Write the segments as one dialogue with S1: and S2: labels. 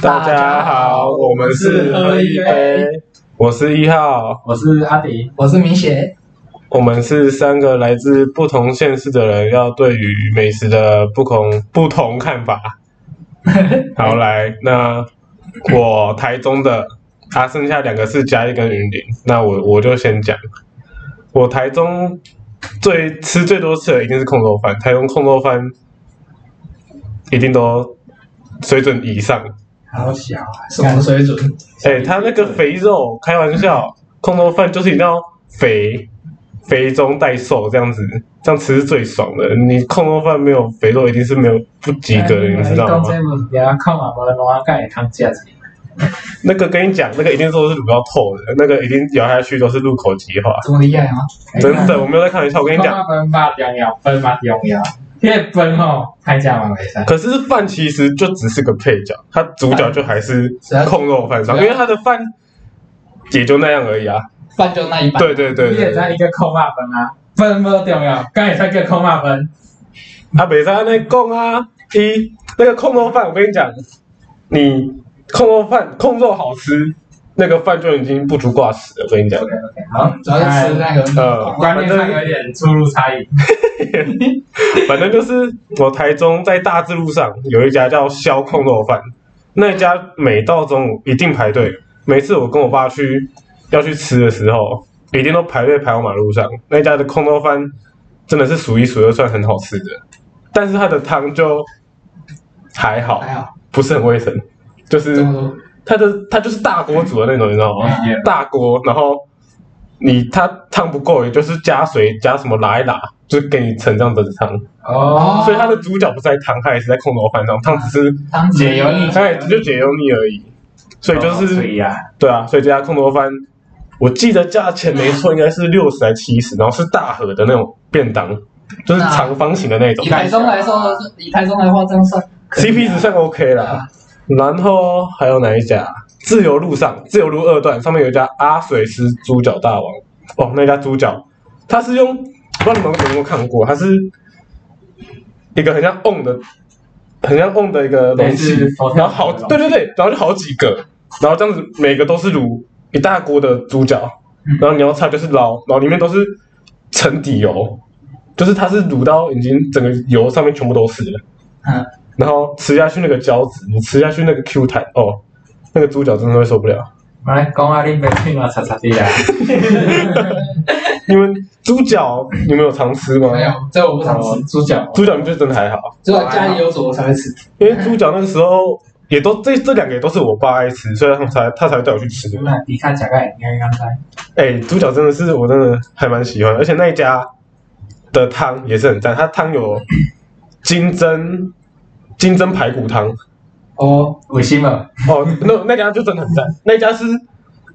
S1: 大家好，我们是喝一杯。我是一号，
S2: 我是阿迪，
S3: 我是明贤。
S1: 我们是三个来自不同县市的人，要对于美食的不同不同看 法。好，来，那我台中的，啊，剩下两个是嘉义跟云林。那我我就先讲，我台中最吃最多次的一定是控肉饭，台中控肉饭一定都水准以上。
S2: 好小啊，
S3: 什么水准？
S1: 哎、他那个肥肉，开玩笑，空头饭就是一定要肥，肥中带瘦这样子，这样吃是最爽的。你空头饭没有肥肉，一定是没有不及格
S3: 哎
S1: 的，你知道
S2: 讲
S1: 吗？
S2: 哎这物件，看嘛无烂盖通食者。
S1: 那个跟你讲，那个一定都是卤到透的，那个一定咬下去都是入口即化，
S3: 这么厉害吗？
S1: 真的，我没有在开玩笑，我跟你讲。
S2: 哎看分嘛重要，分嘛重要。迄分吼，太正嘛袂使。
S1: 可是饭其实就只是个配角，它主角就还是啊控肉饭上，因为它的饭也就那样而已啊。
S3: 饭就那一半。
S1: 对对对
S2: 你
S1: 对
S2: 会知一个扣嘛分啊？分无重要，敢会使叫扣嘛分？
S1: 啊，北山那供啊，一那个控肉饭，我跟你讲，你控肉饭控肉好吃，那个饭就已经不足挂齿了。我跟你讲，
S2: OK，好，
S3: 主要是吃那个。
S1: 呃，
S2: 观
S1: 反
S2: 念上
S1: 正
S2: 有点出入差异。
S1: 反正就是我台中在大智路上有一家叫肖控肉饭，那一家每到中午一定排队，每次我跟我爸去要去吃的时候，一定都排队排到马路上。那一家的控肉饭真的是数一数二，算很好吃的，但是它的汤就还好，
S3: 还好，
S1: 不是很卫生，就是
S3: 这么多。
S1: 它的它就是大锅煮的那种，你知道吗？
S2: 嗯
S1: 大锅，然后你它汤不够，也就是加水加什么拉一拉，就是给你盛这样子的汤。
S2: 哦，
S1: 所以它的主角不是在汤，它也是在空头饭上，汤只是
S3: 汤汁
S2: 解油腻
S1: 它也就解油腻而已。所以就是、
S2: 所以啊，
S1: 对啊，所以这家空头饭，我记得价钱没错，应该是六十还七十，然后是大盒的那种便当，就是
S3: 那
S1: 长方形的那种
S3: 以台中来说，以台中来话，这样算可以啊
S1: ，CP 值算 OK 啦。然后还有哪一家？自由路上，自由路二段上面有一家阿水师猪脚大王，哦，那家猪脚，它是用不知道你们有没有看过，它是一个很像瓮的，很像瓮的一个容器
S2: 类似佛，跳
S1: 然后
S2: 墙
S1: 好
S2: 的，
S1: 对对对，然后就好几个，然后这样子每个都是卤一大锅的猪脚，
S2: 嗯
S1: 然后你要擦就是捞，然后里面都是沉底油，就是它是卤到已经整个油上面全部都是了。
S3: 嗯，
S1: 然后吃下去那个胶质，你吃下去那个 Q 弹，哦，那个猪脚真的会受不了。
S2: 我来讲啊，你袂听我擦擦地啊。
S1: 你们猪脚你们有常吃吗？
S3: 没。有，这我不常吃。
S2: 猪脚，哦
S1: 猪脚你们就真的还好，
S3: 哦只有家里有煮我才会吃。
S1: 因为猪脚那个时候也都这这两个也都是我爸爱吃，所以他们才他才带我去吃。
S2: 那你看食个会刚刚在。
S1: 哎，猪脚真的是我真的还蛮喜欢，而且那一家的汤也是很赞，它汤有金针金针排骨汤，
S2: 哦，有心无？
S1: 哦，那那家就真的很赞，那家是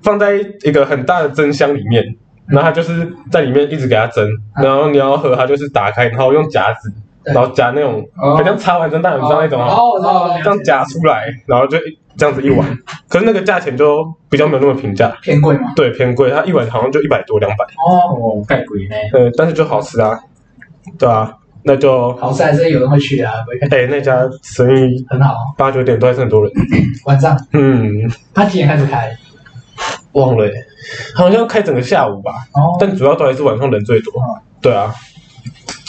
S1: 放在一个很大的蒸箱里面，然后它就是在里面一直给它蒸，然后你要喝它就是打开，然后用夹子，
S3: 对
S1: 然后夹那种
S2: 哦
S1: 好像插完蒸蛋很像那种哦，
S3: 哦，我知道了，
S1: 这样夹出来，然后就一这样子一碗，可是那个价钱就比较没有那么平价，
S3: 偏贵嘛。
S1: 对，偏贵，它一碗好像就一百多两百，
S3: 哦，
S2: 哦，介贵呢。
S1: 呃，但是就好吃啊，对啊，那就
S3: 好在是有人会去啊，不会
S1: 哎、那家生意
S3: 很好。
S1: 八九点都还是很多人，
S3: 晚上
S1: 嗯，
S3: 他几点开始开？
S1: 忘了、欸，好像开整个下午吧。
S3: 哦，
S1: 但主要都还是晚上人最多
S3: 嗯。
S1: 对啊，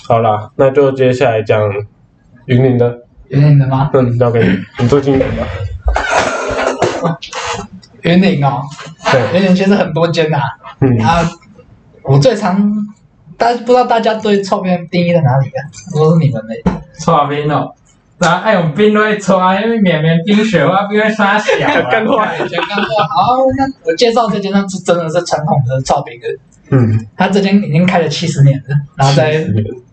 S1: 好啦，那就接下来讲云林的，
S3: 有点冷吗？
S1: 嗯，交给你，你最近云林吧。
S3: 云林哦，
S1: 对，
S3: 云林其实很多间呐、啊。
S1: 嗯，
S3: 啊，我最常，大家不知道大家对臭面定义在哪里啊？都是你们的。
S2: 搓冰哦，然后爱用冰都会搓，因为绵绵冰雪花冰会沙小啊。
S1: 干话，
S3: 以前刚说好，那我介绍这间，那是真的是传统的炒饼的，
S1: 嗯，
S3: 他这间已经开了七十年了，然后在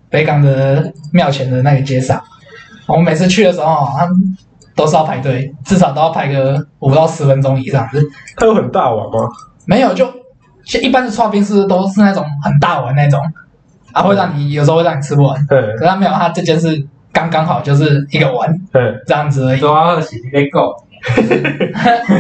S3: 北港的庙前的那个街上，我每次去的时候，他们都是要排队，至少都要排个五到十分钟以上的。
S1: 它有很大碗吗？
S3: 没有，就就一般的刨冰是都是那种很大碗那种，啊，会让你有时候会让你吃不完。
S1: 嗯
S3: 可是他没有，他这件是刚刚好，就是一个碗
S1: 嗯，
S3: 这样子而已。
S2: 主要是你在讲，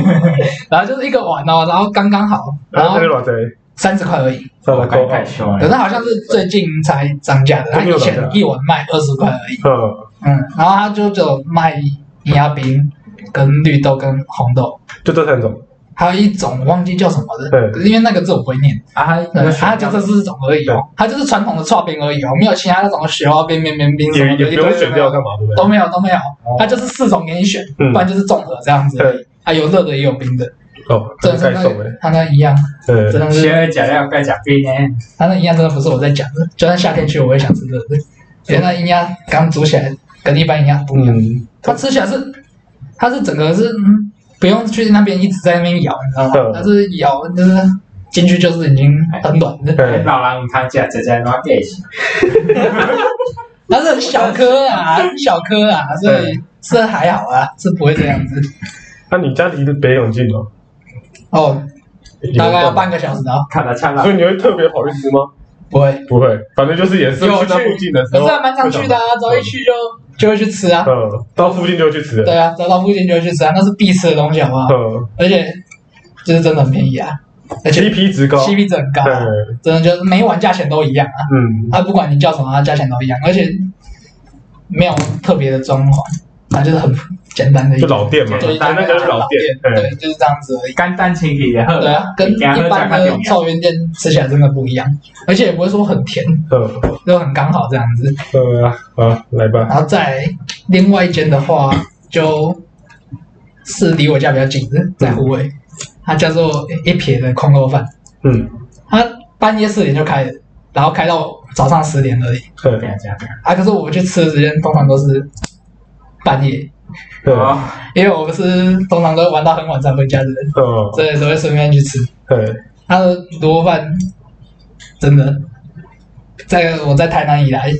S3: 然后就是一个碗哦，然后刚刚好，然
S1: 然后
S3: 后
S1: 那个老贼，
S3: 三十块而已。
S1: 上来扣
S2: 太凶
S3: 可是
S2: 了。
S3: 好像是最近才涨价的，他以前一碗卖二十块而已。
S1: 嗯
S3: 嗯，然后他就只有卖银牙冰，跟绿豆跟红豆，
S1: 就这三种。
S3: 还有一种我忘记叫什么的，
S1: 对
S3: 可是因为那个字我不会念，
S2: 啊，
S3: 对
S2: 有
S3: 它就这四种而已哦，它就是传统的串冰而已哦，没有其他那种雪花冰、绵绵冰什
S1: 也
S3: 么
S1: 也
S3: 的，
S1: 不
S3: 一堆
S1: 用
S3: 都
S1: 选
S3: 没有哦
S1: 掉干嘛，对不对？
S3: 都没有都没有，它就是四种给你选，
S1: 嗯
S3: 不然就是综合这样子而已
S1: 对，
S3: 啊有热的也有冰的，
S1: 哦，
S3: 真
S1: 这
S3: 的是
S1: 太
S3: 那
S1: 送哎
S3: 个，它那一样，
S1: 对
S3: 真，的是
S2: 邪恶假料盖假币呢？
S3: 它那营养真的不是我在讲的，就算夏天去我也想吃热的，因为那营养刚煮起来跟一般营养不一样，
S1: 嗯，
S3: 它吃起来是它是整个是嗯不用去那边一直在那边咬，你知道吗
S1: 嗯？哎
S3: 它是咬就是进去就是已经很软的，
S1: 对，
S2: 老狼汤假假假拿给洗，
S3: 它是很小颗啊，很小颗啊，所以
S1: 嗯
S3: 是还好啊，是不会这样子。
S1: 那你家离北永近吗？
S3: 哦，大概要
S1: 半，
S3: 半个小时啊，
S2: 看了看了
S1: 所，以你会特别跑去吃吗？
S3: 不会。
S1: 不会，反正就是也是去
S3: 有
S1: 那
S3: 去
S1: 附近的时
S3: 可
S1: 候
S3: 是，还蛮常去的啊，只要一去就就会去吃啊。
S1: 嗯，到附近就去吃了，
S3: 对啊，走到附近就会去吃啊，那是必吃的东西好不好？
S1: 嗯
S3: 而且就是真的很便宜啊，而且
S1: ，CP 值高，
S3: CP 值很高
S1: 对，
S3: 啊，真的就是每一碗价钱都一样啊，
S1: 嗯，
S3: 它不管你叫什么，它价钱都一样，而且没有特别的装潢，它就是很简单的一
S1: 就老店嘛，
S2: 对
S3: 就
S1: 对，
S3: 一般
S1: 那个是老店，对，嗯
S3: 对，就是这样子而已。
S2: 干蛋清皮也喝
S3: 对，啊，跟一般的臭源店吃起来真的不一样，而且也不会说很甜，
S1: 嗯
S3: 就很刚好这样子。
S1: 呃，好，来吧，
S3: 然后再来另外一间的话，就是离我家比较近的，在湖尾，它叫做一撇的空肉饭，
S1: 嗯，
S3: 它半夜四点就开了，然后开到早上十点而已。
S1: 对
S2: 这，样这样这样
S3: 啊，可是我去吃的时间通常都是半夜，
S1: 对，嗯，
S2: 哦，
S3: 因为我不是通常都玩到很晚才回家的
S1: 呃
S3: 人，所以都会顺便去吃。
S1: 对，
S3: 他的卤肉饭真的，在我在台南以来，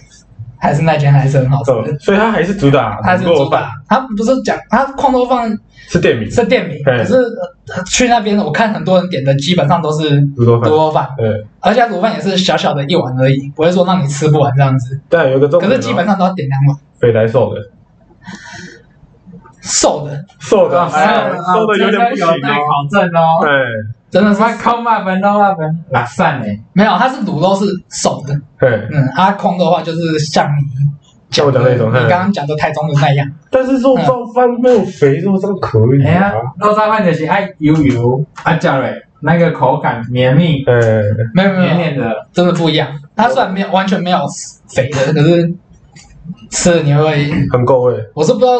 S3: 还是那间还是很好吃的
S1: 嗯，。所以它还是主打
S3: 它是
S1: 卤
S3: 主
S1: 肉饭，
S3: 打，它不是讲它矿肉饭
S1: 是店名，
S3: 是店名，
S1: 嗯
S3: 可是呃去那边我看很多人点的基本上都是
S1: 卤肉
S3: 卤
S1: 饭，
S3: 肉饭，
S1: 对，
S3: 而且它卤肉饭也是小小的一碗而已，不会说让你吃不完这样子。
S1: 但有一个重
S3: 可
S1: 点
S3: 是基本
S1: 哦，
S3: 上都要点两碗，
S1: 肥来瘦的，
S3: 瘦的
S1: 瘦的，
S2: 啊
S1: 哎
S2: 啊
S1: 瘦的有点不行
S2: 真的有待
S1: 哦，
S2: 考证哦。
S1: 对，
S3: 真的是
S2: 我扣骂分都骂分，啊算嘞，
S3: 没有，它是卤肉是瘦的，
S1: 对，
S3: 嗯，它空的话就是像你
S1: 像我讲
S3: 的
S1: 那种，
S3: 你
S1: 嗯
S3: 刚刚讲的台中的那样，
S1: 但是
S3: 嗯
S1: 肉燥饭没有肥肉燥可以
S2: 哎呀
S1: 啊，，
S2: 肉燥饭就是爱油油，啊叫嘞，那个口感绵密
S1: 哎，
S3: 没有没有没有
S2: 绵绵的，
S3: 真的不一样。它虽然没有完全没有肥的，可是吃了你会，
S1: 很够味，
S3: 我是不知道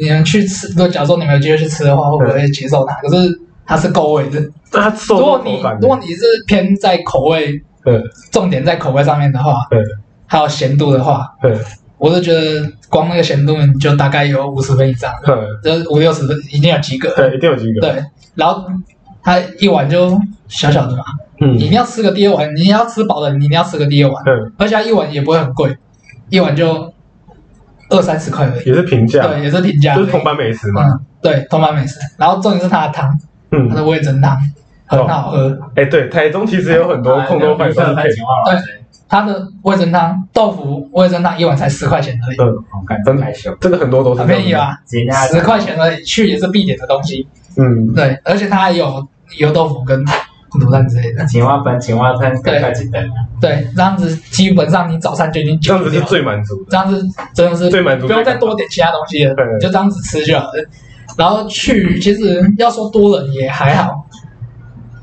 S3: 你们去吃，如果假如说你们有机会去吃的话，会不会接受它？可是它是够味的。
S1: 但它瘦
S3: 如果
S1: 肉
S3: 你
S1: 口感
S3: 如，果你是偏在口味，
S1: 对，
S3: 重点在口味上面的话，
S1: 对，
S3: 还有咸度的话，
S1: 对，
S3: 我是觉得光那个咸度你就大概有五十分以上，
S1: 嗯，
S3: 就是五六十分已经有及格了。
S1: 对，一定有几个，
S3: 对，然后它一碗就小小的嘛，
S1: 嗯
S3: 你一定要吃个第二碗，你要吃饱了，你一定要吃个第二碗。
S1: 嗯，
S3: 而且它一碗也不会很贵，一碗就二三十块而已。
S1: 也是平价，
S3: 对，也是平价。
S1: 就是同。版美食嘛，
S3: 嗯，对，同版美食。然后重点是它的汤，
S1: 嗯
S3: 它，的味噌汤很好喝。
S1: 哎，对，台中其实也有很多空肉饭都是
S2: 色
S1: 配
S3: 嗯
S2: 太喜欢了，对，
S3: 它的味噌汤、豆腐味噌汤一碗才十块钱而已，
S1: 嗯，
S2: 我感觉害羞，
S1: 这个很多都是
S3: 很
S1: 这样
S3: 便宜啊吧？
S2: 今天
S3: 十块钱而已，去也是必点的东西。
S1: 嗯，
S3: 对，而且它还有油豆腐跟卤蛋之类的。
S2: 青蛙粉、青蛙汤，更加简单。
S3: 对，这样子基本上你早餐就已经
S1: 这
S3: 解
S1: 样
S3: 决
S1: 子
S3: 掉
S1: 是
S3: 了。
S1: 最满足的，
S3: 这样子真的是
S1: 最满足，
S3: 不用再多点其他东西了，
S1: 对对
S3: 就这样子吃就好了。然后去，其实要说多人也还好，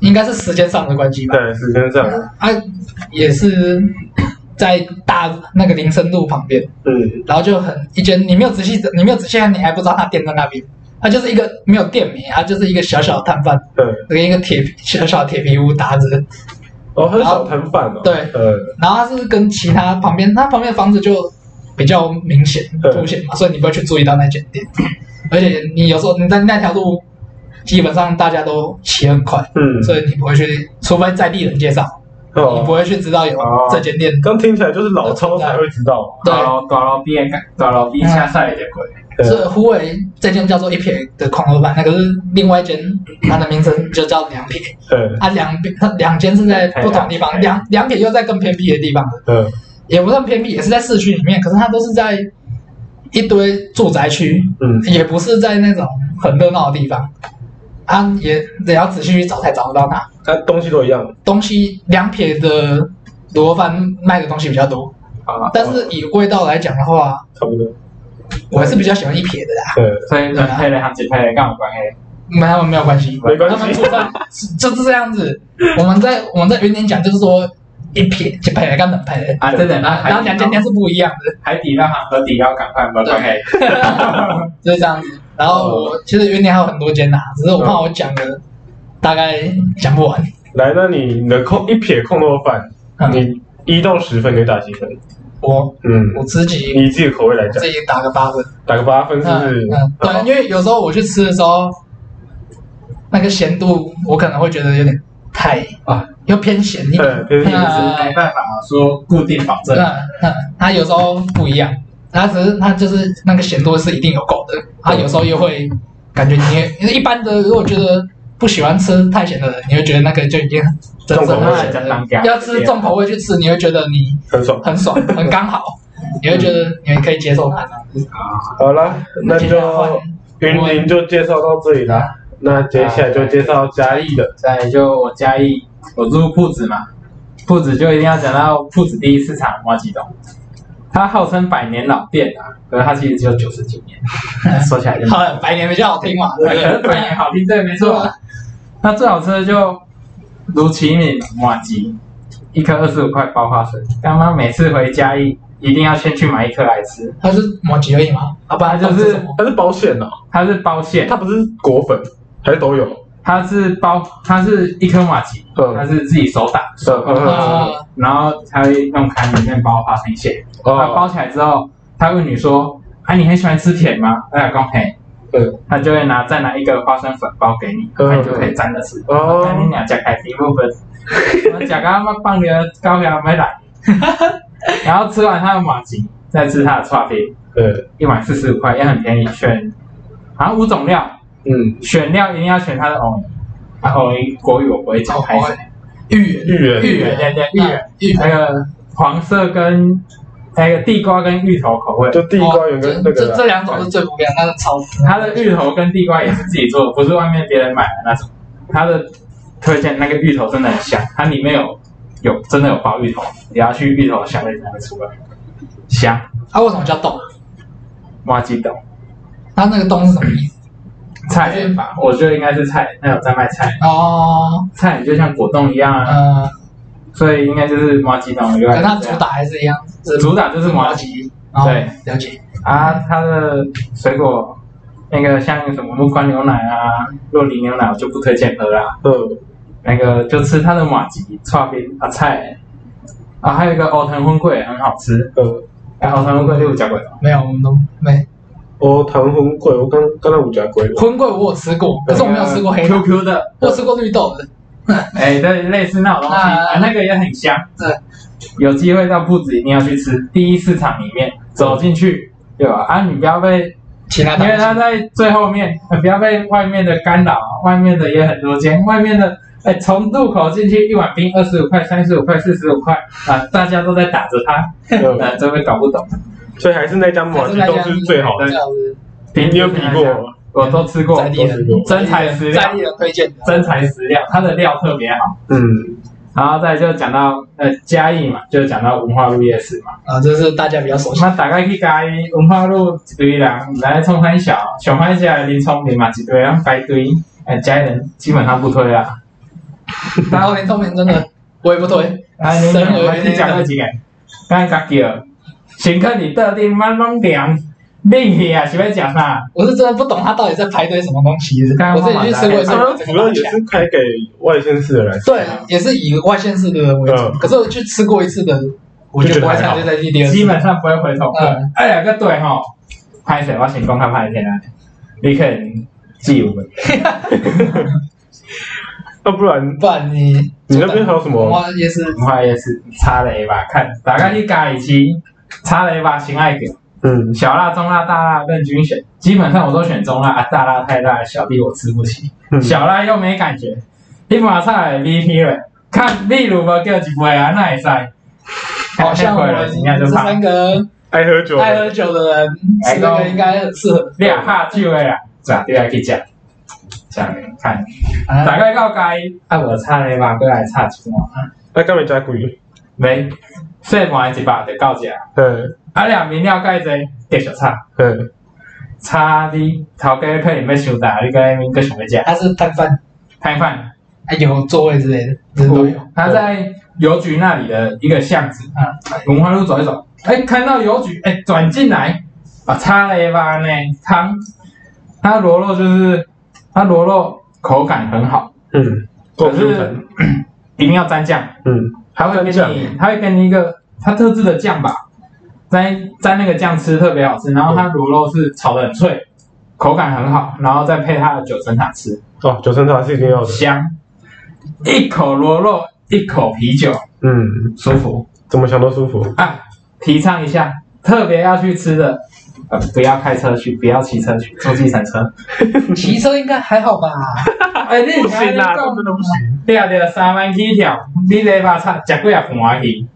S3: 应该是时间上的关系吧。
S1: 对，时间上，
S3: 啊，也是在大那个林森路旁边，
S1: 嗯，
S3: 然后就很一间，你没有仔细，你没有仔细看，你还不知道它店在那边。它就是一个没有店名，它就是一个小小的摊贩，
S1: 对，
S3: 跟一个铁皮小小的铁皮屋搭着。
S1: 哦，很少摊贩哦，
S3: 对
S1: 呃，
S3: 然后它是跟其他旁边，它旁边的房子就比较明显
S1: 对
S3: 凸显嘛，所以你不会去注意到那间店。而且你有时候你在那条路，基本上大家都骑很快，
S1: 嗯，
S3: 所以你不会去，除非在地人介绍，你不
S1: 哦，
S3: 会去知道有
S1: 哦
S3: 这间店。
S1: 刚听起来就是老超才会知道，
S3: 对，
S2: 大楼大楼边大楼边下晒的过，
S1: 哦对
S3: 是胡伟这间叫做一撇的狂河版，那个是另外一间，它的名称就叫两撇。
S1: 对，
S3: 它两边它两间是在不同地
S2: 哎
S3: 方，
S2: 哎
S3: 两两撇又在更偏僻的地方。
S1: 嗯，
S3: 也不算偏僻，也是在市区里面，可是它都是在一堆住宅区，
S1: 嗯，
S3: 也不是在那种很热闹的地方。啊，也得要仔细去找才找得到它。
S1: 它东西都一样，
S3: 东西两撇的卤肉饭卖的东西比较多，
S2: 好了，
S3: 但是以味道来讲的话，
S1: 差不多，
S3: 我还是比较喜欢一撇的啦。
S1: 对，
S2: 所以人配的和几配的跟我关系。
S3: 没他们没有关系，
S1: 没关系
S3: 他们煮饭就是这样子。我们在我们在原点讲就是说一撇就配的跟冷配的，
S2: 啊，真的，那海
S3: 然后
S2: 底
S3: 两家店是不一样的，
S2: 海底捞和河底捞赶快没关系。
S3: 就是这样子。然后我其实原点还有很多间呐，只是我怕我讲的大概讲不完。
S1: 来，那你你的空一撇空肉饭，
S3: 嗯
S1: 你一到十分给打几分？
S3: 我
S1: 嗯，
S3: 我自己
S1: 你自己的口味来
S3: 自
S1: 讲，
S3: 己打个八分。
S1: 打个八分是不是
S3: 嗯，？嗯对，因为有时候我去吃的时候，那个咸度我可能会觉得有点太
S2: 啊，
S3: 又偏咸一点。
S1: 对，就是
S3: 嗯
S2: 是没办法说固定保证
S3: 嗯。嗯，它有时候不一样，它只是它就是那个咸度是一定有够的，它有时候又会感觉你也因为一般的，如果觉得不喜欢吃太咸的人，你会觉得那个就已经真
S1: 重口
S3: 正
S1: 味
S3: 很咸
S2: 加当
S3: 了
S2: 家。
S3: 要吃重口味去吃，你会觉得你
S1: 很爽。
S3: 很爽，很刚好，你会觉得你可以接受它这样子。
S1: 好了，那
S3: 接下来换嗯
S1: 就云林就介绍到这里啦。那接下来就介绍嘉义的，
S2: 再就我嘉义，我住铺子嘛，铺子就一定要讲到铺子第一市场毛吉东，它号称百年老店啊，可是它其实只有九十几年， 说起来就
S3: 好，百年比较好听嘛，
S2: 可是百年好听，对，没错。那最好吃的就卢奇敏马吉，一颗二十五块包花生。刚刚每次回嘉义，一定要先去买一颗来吃，
S3: 它是摩吉而已嘛，啊，不然它
S2: 就是
S3: 是什么
S1: 它是包馅哦，
S2: 它是包馅，
S1: 它不是果粉，还是都有？
S2: 它是包，它是一颗马吉，
S1: 嗯
S2: 它是自己手打，
S1: 是嗯
S3: 啊，
S2: 然后它会用盘里面包花生馅。他包
S1: 哦，
S2: 起来之后，他问你说：“啊，你很喜欢吃甜吗？”他老公嘿，
S1: 对，
S2: 他就会拿再拿一个花生粉包给你，
S1: 嗯
S2: 那你就可以沾着吃。那你
S3: 嗯
S1: 哦，
S2: 俩夹开心不分？ 我夹到妈放牛高粱没来， 然后吃完他的马吉，再吃他的串饼，
S1: 对，
S2: 一碗四十五块也很便宜，选好像五种料，
S1: 嗯，
S2: 选料一定要选它的藕泥，啊藕泥国语我不会讲，拍谁？
S3: 芋圆，
S1: 芋圆，
S2: 芋圆对对芋圆，
S3: 哦芋
S2: 那个黄色跟那个地瓜跟芋头口味。
S1: 就地瓜圆跟那
S3: 哦这这
S1: 个啦
S3: 这两种是最普遍，那个超
S2: 它的芋头跟地瓜也是自己做的，不是外面别人买的那种。它的推荐那个芋头真的很香，它里面有有真的有包芋头，你要去芋头的香味才会出来，香。
S3: 它为什么叫冻？
S2: 挖鸡豆
S3: 它那个冻是什么意思？
S2: 菜也吧，我觉得应该是菜，那有在卖菜，
S3: 哦，
S2: 菜就像果冻一样啊，
S3: 呃，
S2: 所以应该就是挖鸡冻以
S3: 可
S2: 外
S3: 是
S2: 是
S3: 它
S2: 这
S3: 主
S2: 样。
S3: 打还是一样，只
S2: 主打啊就是麻吉
S3: 吉。哦
S2: 对，
S3: 了解。
S2: 啊，它的水果那个像什么木瓜牛奶啊、洛梨牛奶我就不推荐喝啦、
S3: 哦
S1: 嗯，
S2: 那个就吃它的马吉串冰啊菜，啊还有一个藕藤荤桂很好吃，
S1: 嗯，
S2: 哎藕藤荤桂六角鬼，
S3: 没有，我们都没。
S1: 哦，糖红桂，我刚刚才五家龟，
S3: 荤桂我有吃过，可是我没有吃过黑的，
S2: QQ 的，
S3: 我吃过绿豆的。
S2: 哎对，类似那种东西，
S3: 啊
S2: 啊那个也很香，
S3: 对，
S2: 有机会到铺子一定要去吃，第一市场里面走进去，对吧？啊你不要被，
S3: 其他
S2: 因为它
S3: 的
S2: 在最后面，呃不要被外面的干扰，外面的也很多间，外面的。哎，从入口进去一碗冰，二十五块、三十五块、四十五块啊！大家都在打着它，
S1: 嗯
S2: 那真会搞不懂。
S1: 所以还是那家马吉都是最好的，
S3: 这样子
S1: 你有比过吗？
S2: 我都吃过
S3: 在，地
S1: 都吃
S3: 人，
S1: 过，
S2: 真材实
S3: 在
S2: 料
S3: 地，人推荐的。
S2: 真材实料，它的料特别好。
S1: 嗯，
S2: 然后再就讲到呃嘉义嘛，就讲到文化路夜市嘛。
S3: 啊，这是大家比较熟悉。
S2: 那大概去嘉义文化路一堆人来冲很小，上海这的林聪明嘛一堆人排队，呃嘉义人基本上不推啦。
S3: 然后林聪明真的，我也不推。
S2: 啊，你们有没有讲过几个？咱家叫，先看你特定慢慢凉，冷气啊是要食啥？
S3: 我是真的不懂他到底在排队什么东西。
S2: 刚
S3: 我
S2: 刚
S3: 自己去吃过一次，
S1: 它主要也是开给外县市的人来吃，
S3: 对，也是以外县市的为主
S1: 嗯。
S3: 可是我去吃过一次的，我就不会参加再去第二次。
S2: 基本上不会回头客
S3: 嗯。
S2: 哎呀，个对吼，拍谁？我先讲他拍谁啊？你可能记我们，
S1: 要不然
S3: 不然你
S1: 你那边还有什
S3: 文
S1: 么？
S3: 化夜市
S2: 文化夜市差了一把，看大概你家里去差了一把心爱点，
S1: 嗯，
S2: 小辣、中辣、大辣任君选，基本上我都选中辣，啊、大辣太辣，小弟我吃不起，
S1: 嗯
S2: 小辣又没感觉，你马上来 VP 了，看例如无叫一杯啊，那也塞。
S3: 好像我
S2: 会
S3: 们
S2: 了，人家
S3: 这
S2: 就怕
S3: 三个
S1: 爱喝酒，
S3: 爱喝酒的人吃这个应该很适合。
S2: 俩下酒的啦，是啊，你来去食，食看。
S3: 啊
S2: 大概到街，啊无差咧嘛，过来差一半。
S1: 那干没加贵？
S2: 来细盘的一百就到这，
S1: 嗯
S2: 啊俩面了介济，继续炒，
S1: 嗯，
S2: 炒你头家可能要想大，你该面个想要食
S3: 它是摊贩，
S2: 摊贩，
S3: 还有座位之类的，人都有。
S2: 他在邮局那里的一个巷子，
S3: 啊，
S2: 文化路走一走，哎，看到邮局，哎，转进来，啊，擦了一碗呢汤，它螺肉就是它螺肉口感很好，
S1: 嗯，
S2: 可
S1: 够平
S2: 是嗯
S1: 衡，
S2: 一定要沾酱，
S1: 嗯
S2: 它会给
S1: 沾
S2: 你，它会给你一个它特制的酱吧，沾沾那个酱吃特别好吃，然后它螺肉是炒的很脆，口感很好，然后再配它的九层塔吃，
S1: 哦，九层塔是一定要的，
S2: 香，一口螺肉，一口啤酒，
S1: 嗯，
S2: 舒服。
S1: 怎么想都舒服，
S2: 啊，提倡一下，特别要去吃的，呃，不要开车去，不要骑车去，坐计程车。
S3: 骑车应该还好吧？
S2: 哎，你
S1: 不行啦，这真的不行，
S2: 对啊对啊，三万起跳，你礼拜差食几啊盘去，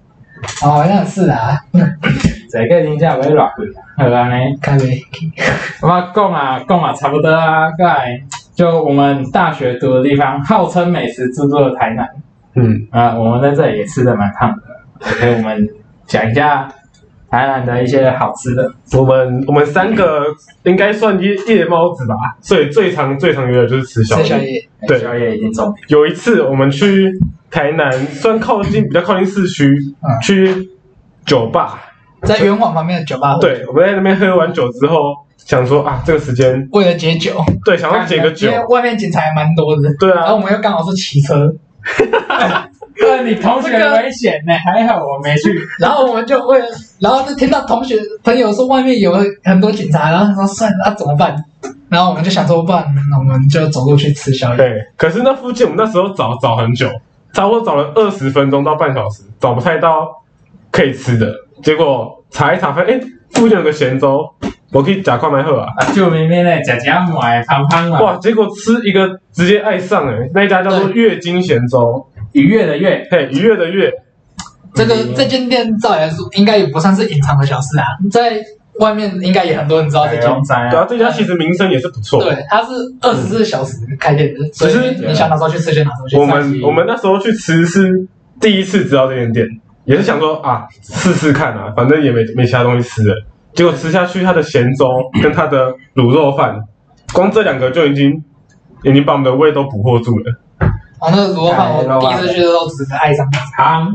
S3: 哦，那是啊，
S2: 这个真正要落去啊。好安尼，
S3: 看没？
S2: 我讲啊讲啊，差不多啊，该就我们大学读的地方，号称美食之都的台南
S1: 嗯，
S2: 啊、我们在这里也吃的蛮胖的。OK，我们讲一下台南的一些好吃的。
S1: 我们我们三个应该算夜夜猫子吧，所以最常最常约的就是吃宵
S3: 吃宵
S1: 夜。
S3: 夜，
S1: 对
S2: 哎宵夜已经中
S1: 有一次我们去台南，算靠近比较靠近市区，
S3: 嗯
S1: 去酒吧，
S3: 在圆环旁边的酒吧，，
S1: 对，我们在那边喝完酒之后，想说啊，这个时间，
S3: 为了解酒，
S1: 对，想要解个酒
S3: 因，为外面警察还蛮多的，
S1: 对
S3: 然后
S1: 啊
S3: 我，们又刚好是骑车，
S2: 对你同学危险呢、还好我没去。
S3: 然后我们就为了，然后就听到同学朋友说外面有很多警察，然后说算了，那、怎么办？然后我们就想说，不然我们就走路去吃宵夜。
S1: 对，可是那附近我们那时候找找很久，差不多找了二十分钟到半小时，找不太到可以吃的，结果查一查发现，哎，附近有个咸粥，我可以假快麦喝啊，
S2: 啊，就明明嘞，姐姐买胖胖啊，
S1: 哇，结果吃一个直接爱上哎、那一家叫做月经咸粥，
S2: 愉悦的悦，
S1: 嘿，愉悦的悦，
S3: 这个
S2: 嗯
S3: 这间店照理来说应该也不算是隐藏的小事啊，在外面应该也很多人知
S2: 哦
S3: 道这间。
S2: 仔
S1: 对啊，这家其实名声也是不错，
S3: 对，它是二十四小时开店的，所以
S1: 其
S2: 实
S3: 你想哪时候去吃就哪时候去
S1: 我
S3: 吃。啊
S1: 们我们那时候去吃是第一次知道这间店，也是想说啊试试看啊，反正也没没其他东西吃了。结果吃下去，它的咸粥跟它的卤肉饭，光这两个就已经已经把我们的胃都捕获住了。
S3: 哦，那个卤肉饭
S1: 哎
S3: 我第一次去的时候只是爱上它，
S2: 汤，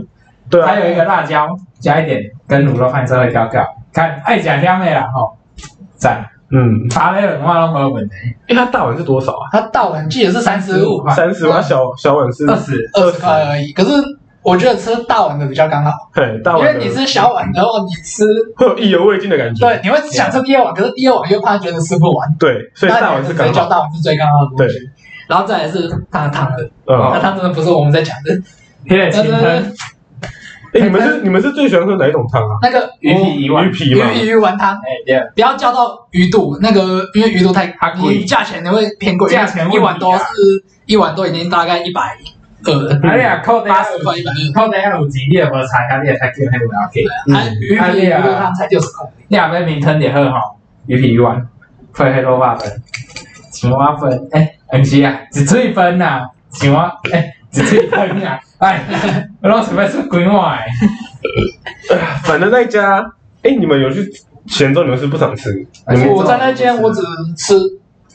S1: 对
S2: 还
S1: 啊，
S2: 有一个辣椒，加一点跟卤肉饭稍微调调，看爱食香的啦吼，赞，
S1: 嗯，
S2: 爬嘞文化拢无问题，
S1: 因为它大碗是多少啊？
S3: 它大碗记得是三十五块，
S1: 三十，它小小碗是
S2: 二十，
S3: 二十块啊而已。可是我觉得吃大碗的比较刚好，
S1: 嘿，大
S3: 因
S1: 碗
S3: 为
S1: 的
S3: 你吃小碗的话，你吃
S1: 会有意犹未尽的感觉。
S3: 对，你会想吃第二碗，可是第二碗又怕觉得吃不完，
S1: 对，所以大碗是刚
S3: 所以叫
S1: 好。
S3: 大碗是最刚好的东西。然后再来是它的汤的，
S1: 嗯，
S3: 它的汤真的不是我们在讲的，
S2: 迄个
S3: 但
S2: 哦 清
S3: 是
S2: 汤，
S1: 哎，你们是你们是最喜欢喝哪一种汤啊？
S3: 那个
S2: 鱼皮一碗
S1: 鱼，皮
S3: 鱼
S1: 吗？
S3: 鱼鱼丸汤，
S2: 哎对，
S3: 不要叫到鱼肚，那个因为鱼肚太
S2: 它贵
S3: 你价钱你会偏贵，
S2: 价钱问题
S3: 一
S2: 啊
S3: 碗都是一碗都已经大概一百二。
S2: 啊你啊靠底
S3: 八
S2: 下
S3: 十块一百二，
S2: 靠底下有钱，你也无差价，你也才叫迄个要紧，
S1: 嗯
S3: 啊，鱼
S2: 啊
S3: 皮
S2: 你
S3: 鱼
S2: 啊
S3: 肚汤才六十块，
S2: 你啊也要面汤就好吼，鱼皮鱼丸，配迄肉肉粉，青蛙粉，哎，毋是啊，一水粉呐，青蛙，哎，一水粉啊，哎，我拢想要出几碗的。
S1: 反正那一家，哎，你们有去咸粥，你们是不常吃，你
S2: 哎
S1: 们
S3: 我在那间我只吃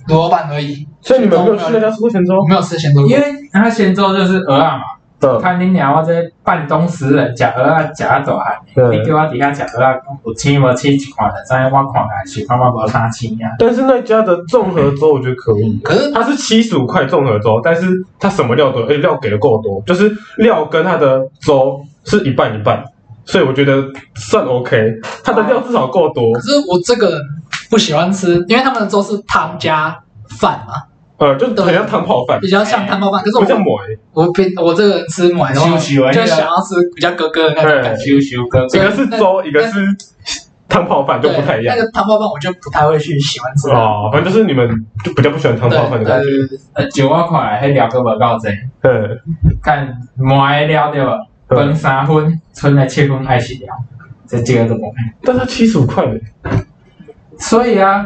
S3: 卤肉饭而已，
S1: 所以你们没有去那家吃过咸
S3: 我
S1: 粥？啊
S3: 没有吃咸
S1: 嗯
S3: 猪
S2: 因为他先做就是鹅啊嘛，
S1: 对
S2: 看你俩我这半东食人，食鹅啊食啊大汉，
S1: 对
S2: 你叫我底下食鹅啊，有青无青一看就知，我看来是感觉无啥青啊。
S1: 但是那家的综合粥我觉得可以，
S3: 可是
S1: 它是七十五块综合粥，但是它什么料都有，而且料给的够多，就是料跟它的粥是一半一半，所以我觉得算 OK，它的料至少够多
S3: 可，是我这个人不喜欢吃，因为他们的粥是汤加饭嘛，
S1: 呃，就是很像汤泡饭，
S3: 比较像汤泡饭。可是
S1: 不像
S3: 我
S1: 馍，
S3: 我比我这个人吃馍的话，
S2: 休息完
S3: 就想要吃比较哥哥的那种感
S2: 修
S3: 觉。
S2: 修哥
S1: 一个是粥，一个是汤泡饭，就不太一样
S3: 对那。个汤泡饭我就不太会去喜欢吃。
S1: 哦，反正就是你们就比较不喜欢汤
S3: 对
S1: 泡饭
S3: 对
S1: 的感觉，
S3: 对对，
S2: 呃，就我看来，迄料都无够侪，
S1: 嗯，
S2: 看满的料对无？分
S1: 嗯
S2: 三分，剩来七分爱是料，这这个都无。
S1: 但它七十五块，
S2: 所以啊，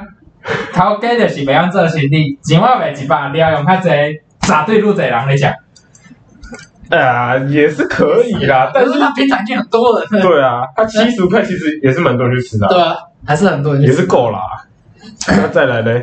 S2: 头家就是袂晓做生意，钱我卖一百，料用较侪，绝对愈侪人咧食。
S1: 啊，也是可以 啦，但
S3: 但
S1: 是
S3: 是它平常已经很多人了，
S1: 对啊，它七十五块其实也是蛮多人去吃的啊、
S3: 对吧？还是很多人
S1: 也
S3: 去
S1: 是够啦。那再来嘞，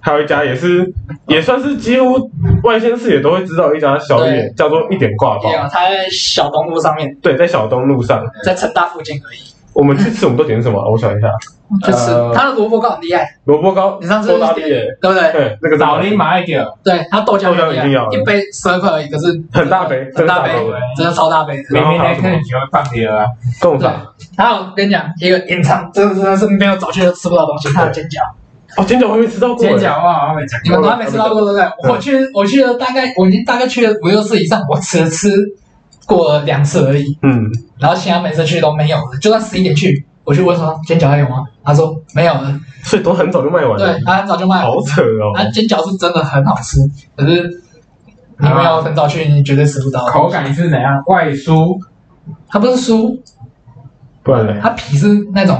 S1: 还有一家也是，也算是几乎外县市也都会知道一家小野，
S3: 对
S1: 叫做一点挂包
S3: 一。样，它在小东路上面，
S1: 对，在小东路上，
S3: 在成大附近而已。
S1: 我们去吃，我们都点什么？我想一下，
S3: 哦就吃
S1: 呃
S3: 它的萝卜糕很厉害，
S1: 萝卜糕，
S3: 你上次
S1: 多大力
S3: 点
S1: 耶，
S3: 对不对？
S1: 对，那个
S2: 老
S1: 力
S2: 林马一点，
S3: 对，它豆浆
S1: 豆浆
S3: 很
S1: 一定
S3: 厉
S1: 要
S3: 害，
S1: 的
S3: 一杯十二块而已，可是
S1: 很大杯真的
S3: 很大杯
S1: 大杯，
S3: 真的超大杯。
S1: 然
S2: 明
S1: 后
S2: 明
S1: 还有
S2: 那
S1: 什么
S2: 客人喜欢放别的啊，
S1: 贡
S3: 对
S1: 茶。，
S3: 还有我跟你讲，一个隐藏，真的真的是没有早去都吃不到的东西，它的煎饺，
S1: 哦，煎饺我还没吃到过耶，
S2: 煎饺我好像没讲
S3: 你
S2: 过
S3: 们，都还没吃到过，对不对？我去，我去了大概，我已经大概去了五六次以上，我只吃过了两次而已，
S1: 嗯，
S3: 然后其他每次去都没有了，就算十一点去，我去问说煎饺还有吗？他说没有了，
S1: 所以都很早就卖完了
S3: 对，，啊他很早就卖完了
S1: 好。扯哦。
S3: 那煎饺是真的很好吃，可是你们要很早去，你绝对吃不到。
S2: 口感是怎样？外酥
S3: 它不是酥，
S1: 不然嘞，
S3: 它皮是那种，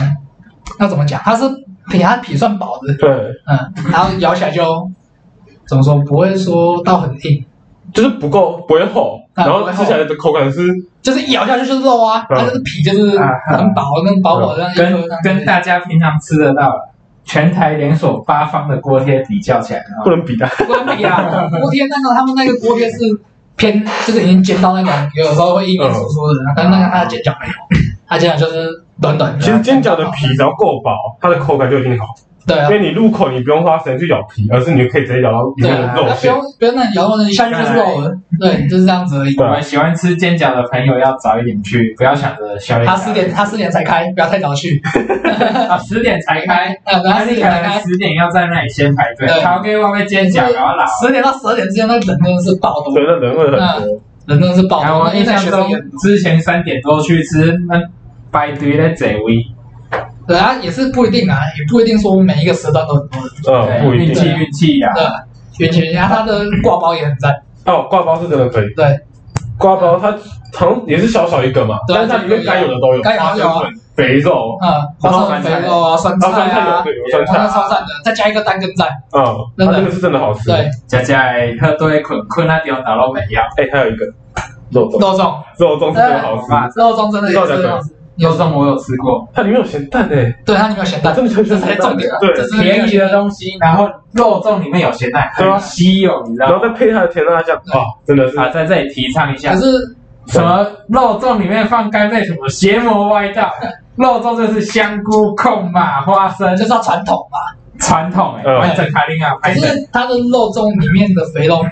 S3: 要怎么讲？它是皮，它皮算薄的，
S1: 对，
S3: 嗯，然后咬起来就怎么说，不会说到很硬，
S1: 就是不够不会厚，
S3: 啊
S1: 然
S3: 不
S1: 后
S3: 会
S1: 吃
S3: 厚
S1: 起来的口感是，
S3: 就是一咬下去就是肉啊，
S1: 嗯啊
S3: 它那个皮就是很薄，那薄薄的，那一
S2: 跟
S3: 颗那样子
S2: 跟大家平常吃得到的全台连锁八方的锅贴比较起来的话
S1: 不，能比的。
S3: 关闭啊，锅贴那个他们那个锅贴是偏，就是已经煎到那种有时候会硬硬
S1: 嗯
S3: 酥酥的，但是那个它的煎饺没有，它煎饺就是短短的。
S1: 其实煎饺的皮只要够薄，它的口感就已经好，
S3: 对啊
S1: 因，为你入口你不用花时间去咬皮，而是你就可以直接咬到里
S3: 对
S1: 面的
S3: 啊，
S1: 肉
S3: 不
S1: 馅。嗯
S3: 用不用那摇动，一下去就是肉了。对，就是这样子而已。
S2: 我们喜欢吃煎饺的朋友要早一点去，不要想着宵夜。
S3: 他四点，他四点才开，不要太早去。
S2: 啊，十点才开，
S3: 啊，然后
S2: 他
S3: 他四
S2: 你可
S3: 点才
S2: 能
S3: 开，
S2: 十点要在那里先排队
S3: 对，
S2: 他给外面煎饺，
S1: 啊
S2: 然后老。
S3: 十点到十二点之间，那人真的是爆多
S1: 所，以那人会很多。
S3: 人真的是爆
S2: 然后
S3: 多。
S2: 我
S3: 因为
S2: 印
S3: 那
S2: 象
S3: 学生
S2: 中
S3: 也很多，
S2: 之前三点多去吃，那排队在这位，
S3: 对啊，也是不一定啊，也不一定说每一个时段都很多人。
S1: 嗯，不一
S2: 运
S1: 定。
S2: 气运气啦。
S3: 对，袁泉家他的挂包也很赞，
S1: 哦，挂包是真的可以。
S3: 对，
S1: 挂包它好像也是小小一个嘛，
S3: 对
S1: 但
S3: 啊
S1: 是它里面该有的都有，
S3: 该有的
S1: 花
S3: 都有啊
S1: 生粉、肥肉，
S3: 啊，花生肥肉啊，酸
S1: 然后酸
S3: 菜
S1: 菜有
S3: 啊，
S1: 对有酸菜，
S3: 那超赞的，再加一个蛋羹赞，
S1: 嗯，它
S3: 真的
S1: 那个是真的好吃。
S3: 对，
S2: 食食的喝多的困困啊，中头拢袂晓。
S1: 哎，还有一个肉粽，
S3: 肉粽，哎
S1: 肉粽是真的好吃，
S3: 肉粽真的也是，
S2: 肉粽我有吃过，
S1: 它里面有咸蛋诶，
S3: 对，它里面有咸蛋，
S1: 真的很
S3: 这
S1: 咸
S3: 才
S1: 蛋
S3: 是重点啊，
S1: 对
S3: 这，是
S2: 便宜的东西，然后肉粽里面有咸蛋，
S1: 对啊
S2: 很稀有，你知
S1: 然
S2: 道
S1: 后
S2: 吗？
S1: 再配它的甜辣酱，
S3: 对
S1: 哇，真的是
S2: 啊，在这里提倡一下
S3: 可，是
S2: 什么肉粽里面放干贝，什么邪魔歪道。肉粽就是香菇、控马、花生，
S3: 就是要传统嘛，
S2: 传统哎、
S1: 嗯
S2: 完整卡琳啊，
S3: 可
S2: 拍的。
S3: 是它的肉粽里面的肥肉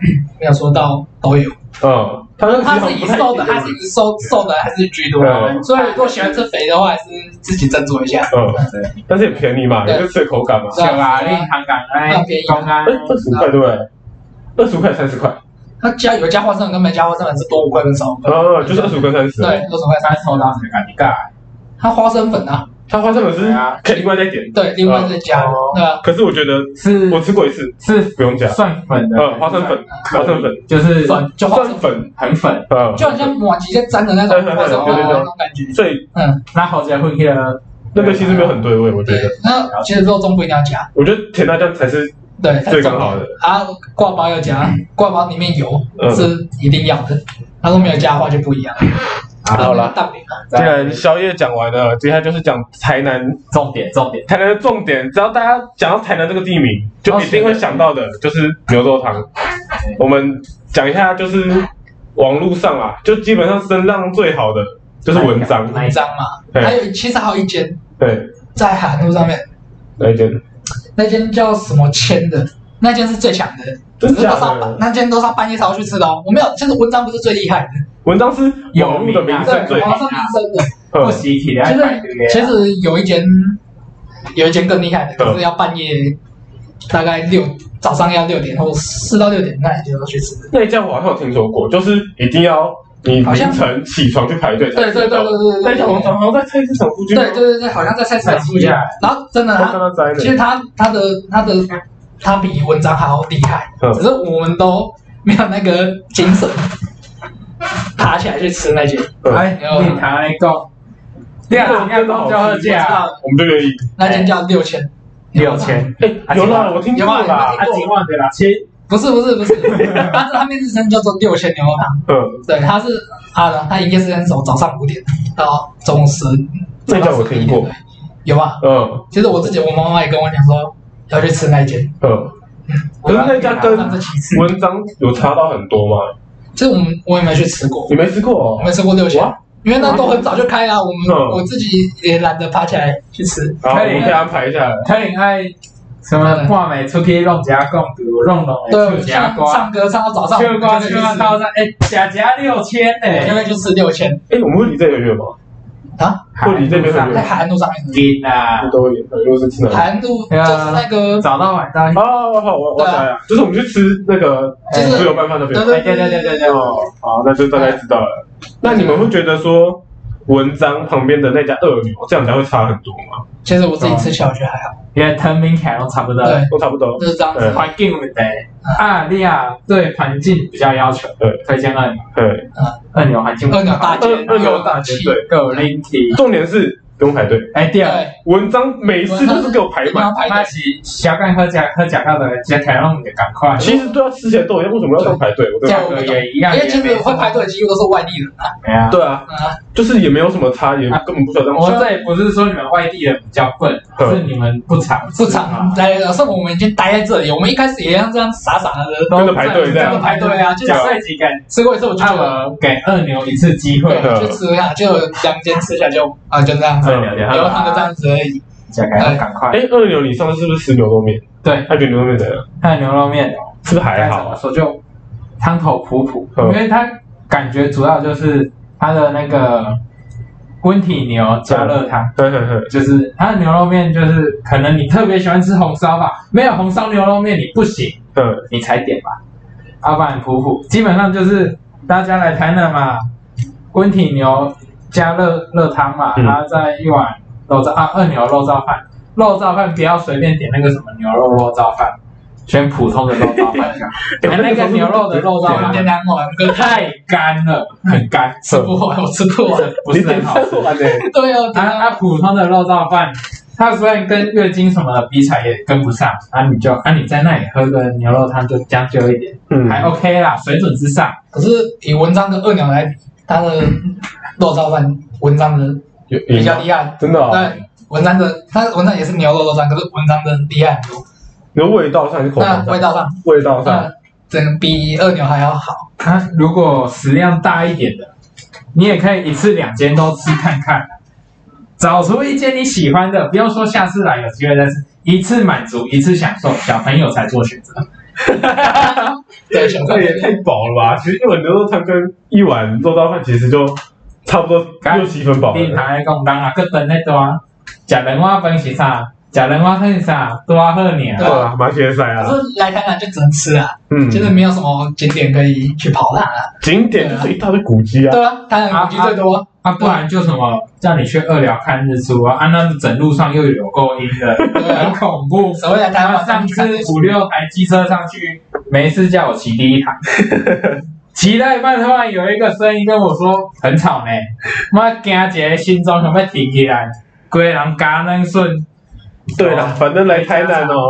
S3: 没有说到都有，
S1: 嗯，它那个
S3: 它
S1: 皮好像
S3: 是以
S1: 不太
S3: 瘦的
S1: 一定
S3: 还是以瘦瘦的还是居多
S1: 对，
S3: 所以如果喜欢吃肥的话，还是自己斟酌一下。
S1: 嗯，但是也便宜嘛，
S3: 对
S1: 也是吃口感嘛，
S2: 小啊，令香港哎，公安
S1: 二二十五块对不对？二十五块三十块，
S3: 它加有加花生跟没加花生粉是多五块跟少五块，
S1: 呃，就是二十五跟三十。
S3: 对，，有什么？
S2: 他抽到谁敢你干？
S3: 它花生粉啊，
S1: 它花生粉
S2: 对啊
S1: 是可以另外再点，
S3: 对，另外再加的
S2: 哦，
S3: 对吧？
S1: 可是我觉得
S3: 嗯
S2: 是
S1: 我吃过一次，
S2: 是
S1: 不用加，
S2: 蒜粉的，
S1: 呃，花生粉，花生粉，
S2: 就是
S3: 粉就花
S1: 蒜
S3: 生粉，
S1: 粉，
S2: 很粉。
S1: 呃，
S3: 就好像抹吉在沾的那种花生粉的那种感觉。
S1: 所以
S3: 嗯，
S2: 那侯杰会去了，
S1: 那个其实没有很对味，我觉
S3: 对
S1: 得，。
S3: 那其实肉粽不一定要加，
S1: 我觉得甜辣酱才是
S3: 对，它
S1: 最
S3: 重
S1: 刚好的，
S3: 啊，挂包要加，挂包里面油
S1: 嗯
S3: 是一定要的。他说没有加的话就不一样。
S1: 好啦
S3: 蛋饼啊，
S1: 既然宵夜讲完了，接下来就是讲台南。
S2: 重点重点，
S1: 台南的重点，只要大家讲到台南这个地名，就一定会想到的就是牛肉汤。我们讲一下，就是网络上啊，就基本上声浪最好的就是文章，
S2: 哪
S3: 一张嘛。
S1: 对
S3: 还有其实还有一间
S1: 对，
S3: 在海岸路上面，
S1: 那一间，
S3: 那间叫什么千的，那间是最强的，
S1: 真
S3: 是都
S1: 假
S3: 是要
S1: 的？
S3: 那间都是要半夜才要去吃的哦。我没有，就是文章不是最厉害的，
S1: 文章是网络的名声最
S3: 对，
S1: 好
S3: 网，上名啊声的。
S2: 不
S1: 嗯
S2: 习体的，哎
S3: 其实其实有一间有一间更厉害的，可是要半夜大概六早上要六点或四到六点那你就要去吃。
S1: 那一家我好像有听说过，就是一定要你
S3: 好像
S1: 凌晨起床去排队才
S3: 对对对对对
S1: 那
S3: 对
S1: 一家我
S3: 对。
S1: 好像在菜市场附近吗，
S3: 对对对对，好像在菜市场附近。
S2: 太
S3: 然后真的，
S1: 我看
S3: 他
S1: 到摘
S3: 其
S1: 的，
S3: 实他他的他的他比文章还要厉害，
S1: 嗯
S3: 只是我们都没有那个精神爬起来去吃那些。
S1: 呃
S2: 哎，
S1: 嗯
S2: 你谈来讲，你啊，你啊，公交二
S3: 嗯
S2: 价
S1: 我们就愿意。
S3: 那间叫六千，
S2: 六千，
S1: 哎，有啦，我听
S3: 有啊
S1: 过
S3: 吗有吗
S1: 啦，
S2: 啊，几万的啦，七
S3: 不是不是 不是，它是它面试称叫做六千牛肉汤，
S1: 嗯，
S3: 对，它是它的它营业时间从早上五点到中午十，
S1: 这家我听过
S3: 早上11点，有吧？
S1: 嗯
S3: 其实我自己我妈妈也跟我讲说要去吃那一间，
S1: 嗯，可是那家跟
S3: 这其次，
S1: 文章有差到很多吗？
S3: 这我们我也没去吃过，
S1: 你没吃过
S3: 我
S1: 哦？
S3: 没吃过六千
S1: 哇，
S3: 因为那都很早就开啊了，我们
S1: 嗯
S3: 我自己也懒得爬起来去吃，
S1: 好，我
S2: 啊
S1: 们先安排一下来。
S2: 他很爱什么看美出去弄加共读，弄弄
S3: 嗯对，
S2: 的
S3: 我
S2: 出
S3: 们
S2: 加
S3: 像
S2: 瓜，
S3: 唱歌唱到早上，
S2: 秋瓜
S3: 就
S2: 秋
S3: 去
S2: 瓜
S3: 吃
S2: 到上，哎，假假六千
S3: 因
S2: 呢，
S3: 为就吃六千
S1: 哎，我们会离这个远吗？
S3: 啊，
S1: 不离这边很
S3: 在
S1: 远
S3: 海岸路上面。
S2: 近啊，
S1: 不多远，又是吃哪里？
S3: 海岸路就
S2: 对啊
S3: 是那个，
S2: 早到晚到，
S1: 哦，好，我我想想，就是我们去吃那个
S3: 就是
S1: 自由拌饭那边。
S3: 对
S2: 啊哎对对对对对对，
S1: 哦，好，那就大概知道了。那你们会觉得说文章旁边的那家二牛这样才会差很多吗？
S3: 其实我自己吃起来我觉得还好，
S2: 因为藤明凯都差不多。
S3: 对，
S1: 都差不多。
S3: 就是这样子。
S2: 环境问题，澳大利亚对环境比较要求，
S1: 对，
S2: 推荐二牛，
S1: 对，
S2: 二牛环境
S3: 二牛大街，
S1: 二二牛大街对
S2: 够 l i n k
S1: 重点是不用排队，
S2: 哎，第二，
S3: 对，
S1: 文章每次都是给我排
S3: 一定
S1: 满
S3: 要。排
S2: 那
S3: 队。
S2: 是小干喝假喝假到的，直接台让你赶快，
S1: 其实都要吃起来都一样，为什么要这样排队？我真的
S2: 价格也一样，
S3: 因为其
S2: 也没
S3: 实
S2: 什么
S3: 会排队的几乎都是外地人啊，
S2: 对啊。
S1: 对啊，
S3: 啊
S1: 就是也没有什么差，也根本不需要这样
S2: 我这也不是说你们外地人比较笨，
S1: 嗯
S2: 是你们不常
S3: 不
S2: 啊
S3: 常来，是我们已经待在这里，我们一开始也像这样傻傻的
S1: 跟着排队这
S3: 在
S1: 样
S3: 那排队啊，就
S2: 假
S3: 是
S2: 设几个人，
S3: 吃过一次我就
S2: 那
S3: 觉得，
S2: 我给二牛一次机会
S3: 对，，就吃一下，就两间吃下就啊就这样子，
S2: 二牛
S3: 然后他们这样子而已。
S2: 假开赶快，
S1: 哎，二牛，你上次是不是吃牛肉面？
S2: 对，
S1: 他觉得牛肉面怎样？
S2: 他的牛肉面
S1: 是不是还
S2: 该怎
S1: 好啊
S2: 么？说就汤头普普，
S1: 嗯
S2: 因为它感觉主要就是它的那个温体牛加热汤，
S1: 嘿嘿嘿，
S2: 就是它的牛肉面，就是可能你特别喜欢吃红烧吧，没有红烧牛肉面你不行，
S1: 嗯，
S2: 你才点吧，要不然普普，基本上就是大家来台南嘛，温体牛加热热汤嘛，
S1: 嗯
S2: 然后再一碗肉燥啊二牛肉燥饭，肉燥饭不要随便点那个什么牛肉肉燥饭。选普通的肉燥饭就好，哎那个牛肉的肉燥
S3: 我们点两碗，哥
S2: 太干了，很干，
S3: 吃不完，我吃不完。
S2: 不是很好吃。
S1: 完呢？
S3: 对哦，
S2: 它它普通的肉燥饭，它虽然跟月经什么的比起来也跟不上，啊你就啊你在那里喝个牛肉汤就将就一点，
S1: 嗯，
S2: 还 OK 啦，水准之上。
S3: 可是以文章跟二鸟来比，他的肉燥饭文章的
S1: 有
S3: 比较厉害。
S1: 真的哦，
S3: 但文章的，但文章也是牛肉肉燥，可是文章的厉害很多。
S1: 你的味道上还是口
S3: 那
S1: 感上
S3: 味道上，
S1: 味道上
S3: 那整个比二牛还要好。
S2: 啊，如果食量大一点的，你也可以一次两间都吃看看，找出一间你喜欢的，不用说下次来有机会再吃，一次满足，一次享受，小朋友才做选择。
S3: 对，小
S1: 这
S3: 贵
S1: 也太饱了吧？其实一碗牛肉汤跟一碗肉燥饭其实就差不多六七分饱
S2: 你
S1: 了。
S2: 台讲，人啊，佮等咧多啊，食人我饭是啥？食人我汤是啥？多啊好
S3: 对
S2: 尔。
S1: 哇，马歇赛啊，
S3: 可是来台南就只能吃啊，
S1: 嗯，
S3: 就是没有什么景点可以去跑啦。
S1: 景点就是一大堆古迹啊，
S3: 对啊，台南古迹最多，
S2: 啊，不然就什么叫你去二寮看日出啊？啊，那整路上又有够阴的，
S3: 对
S2: 很
S3: 啊，
S2: 恐怖。
S3: 谁会来台
S2: 然后
S3: 湾
S2: 上
S3: 上
S2: 次
S1: 啊
S3: 次
S2: 五六台机车上去，没事叫我骑第一台，骑到一半突然有一个声音跟我说很吵呢，妈惊一个心中想要停起来，规个人嘎楞顺。
S1: 对啦，反正来台南哦，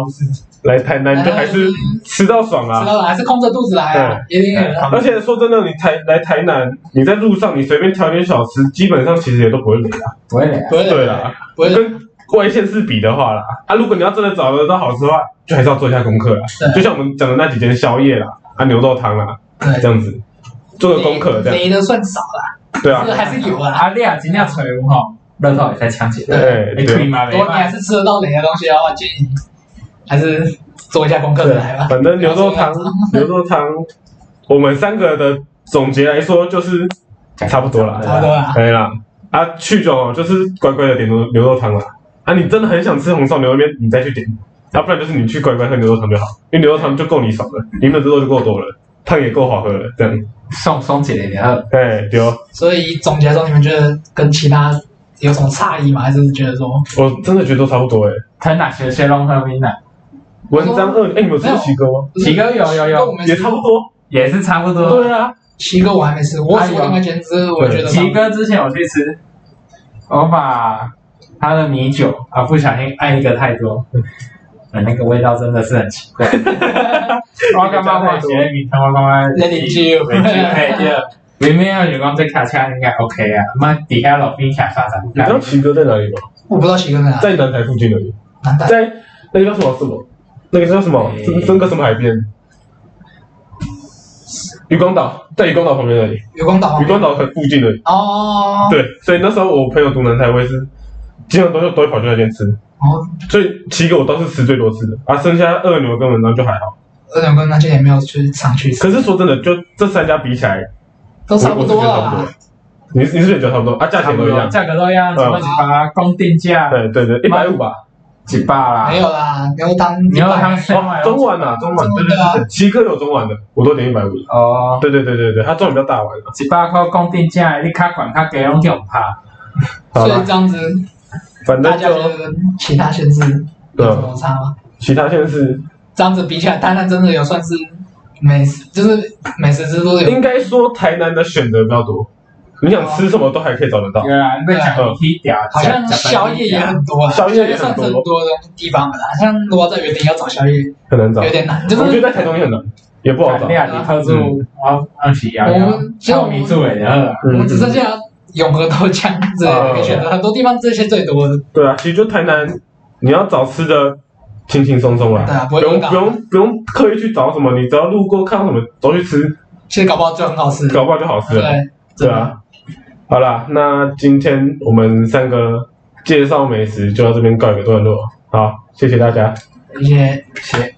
S1: 来台南就还是吃到爽
S3: 知
S1: 啊。
S3: 道了，还是空着肚子来啊，一定有的。
S1: 而且说真的，你台来台南，你在路上你随便挑一点小吃，基本上其实也都不会累啊。
S2: 不会的，
S3: 不会
S1: 对
S3: 的，
S1: 啦，
S3: 不会的，
S1: 跟外县市比的话啦，啊，如果你要真的找得到好吃的话，就还是要做一下功课啦。就
S3: 对
S1: 像我们讲的那几间宵夜啦，啊，牛肉汤啦，
S3: 对
S1: 这。样子做个功课，这样
S3: 雷的算少啦，
S1: 对啊
S3: 这，个还是有啦。
S2: 啊，你啊真正找有吼，乐透会使抢钱。
S1: 对
S2: 你推嘛
S3: 如
S2: 袂
S3: 啊果你还
S2: 歹，
S3: 是吃得到雷的东西的话，建议还是做一下功课
S1: 对
S3: 再来吧。
S1: 反正牛肉汤
S3: 不要说，
S1: 牛肉汤，我们三个的总结来说就是差不多啦，
S3: 差不多啦。
S1: 可以啦。啊，去就好，就是乖乖的点牛牛肉汤啦。啊，你真的很想吃红烧牛肉面，你再去点；要、不然就是你去乖乖喝牛肉汤就好，因为牛肉汤就够你爽了，你们的肉就够多了，汤也够好喝了，这样。
S2: 送送一个了。
S1: 哎，有，
S3: 所以总结说，你们觉得跟其他有什么差异吗？还是觉得说
S1: 我真的觉得都差不多哎、
S2: 腾哪学学龙和啊明奶，
S1: 文章二，哎、你们有吃过奇哥吗？
S2: 奇哥有有
S3: 跟我
S2: 有，
S3: 们
S1: 也差不多。
S2: 也是差不多。
S1: 对啊，
S3: 七哥我还没吃，我吃过另外一间，只是我觉得
S2: 奇哥之前我去吃，我把他的米酒啊不小心按一个太多，哎那个味道真的是很奇 怪。我干嘛放咸米汤？我干嘛
S3: ，Let it chill，
S2: 没去
S1: 哎
S2: 配
S1: 啊
S2: 就明明要员工在卡车应该 OK 啊，妈底下老兵卡发展不
S1: 你知道奇哥在哪里吗？
S3: 我不知道喜哥在哪，
S1: 在南台附近而已，
S3: 南大
S1: 在那个叫什么什么，那个叫什么
S2: 诶
S1: 真真个什么海边，渔光岛，在渔光岛旁边而已，
S3: 有光岛
S1: 渔光岛很附近而已。
S3: 哦，
S1: 对，所以那时候我朋友读南台，我也是经常都都会跑去那边吃，
S3: 哦，
S1: 所以奇哥我倒是吃最多次的，啊，剩下二牛跟文章就还好。
S3: 二两跟那些也没有去常去吃，
S1: 可是说真的，就这三家比起来，
S3: 都差不多啊
S1: 我我是觉得差不多你
S3: 啦。
S1: 是你是不是也觉得差不多啊？啊价钱都一样。
S2: 价格都一样，
S1: 嗯
S2: 什么几把公定价
S1: 对对对，一百五吧。
S2: 几把啦，
S3: 没有啦，牛汤
S2: 牛肉汤是
S1: 哦，中碗啊，中碗，对对对，对奇哥有中碗的，我都点一百五。
S2: 哦，
S1: 对对对对对，他中碗比较大碗啊。
S2: 一百块公定价，你卡管卡给拢就怕，
S1: 好
S3: 所以
S1: 了，
S3: 这样子
S1: 反
S3: 大
S1: 正
S3: 家
S1: 就
S3: 觉得跟其他县市有什
S1: 嗯，
S3: 么差吗？
S1: 其他县市
S3: 这样子比起来，台南真的有算是美食，就是美食之都有
S1: 应该说台南的选择比较多，你想吃什么都还可以找得到。
S2: 对啊，你在讲你去屌，
S3: 好像宵夜也很多啊，
S1: 宵夜也很
S3: 算
S1: 多
S3: 是很多的地方了啦。像如果在原地要找宵夜，
S1: 很难找
S3: 有。点难，就
S1: 我觉
S3: 是
S1: 得在台中也很难，也不好找
S2: 你。啊，你靠住我我是要
S3: 我
S2: 要
S3: 们就
S2: 超米住的啊，
S3: 我们只剩
S1: 嗯，
S3: 下永和豆浆这
S1: 哦
S3: 可以选择，很多地方这些最多的。
S1: 对啊，其实就台南，你要找吃的轻轻松松啦
S3: 对，啊，
S1: 不
S3: 不会
S1: 用
S3: 晕倒
S1: 不用不用刻意去找什么，你只要路过看到什么都去吃，
S3: 其实搞不好就很好吃。
S1: 搞不好就好吃了。
S3: 嗯对，
S1: 对啊，好啦，那今天我们三个介绍美食就到这边告一个段落。好，谢谢大家。
S3: 真的，一些一些。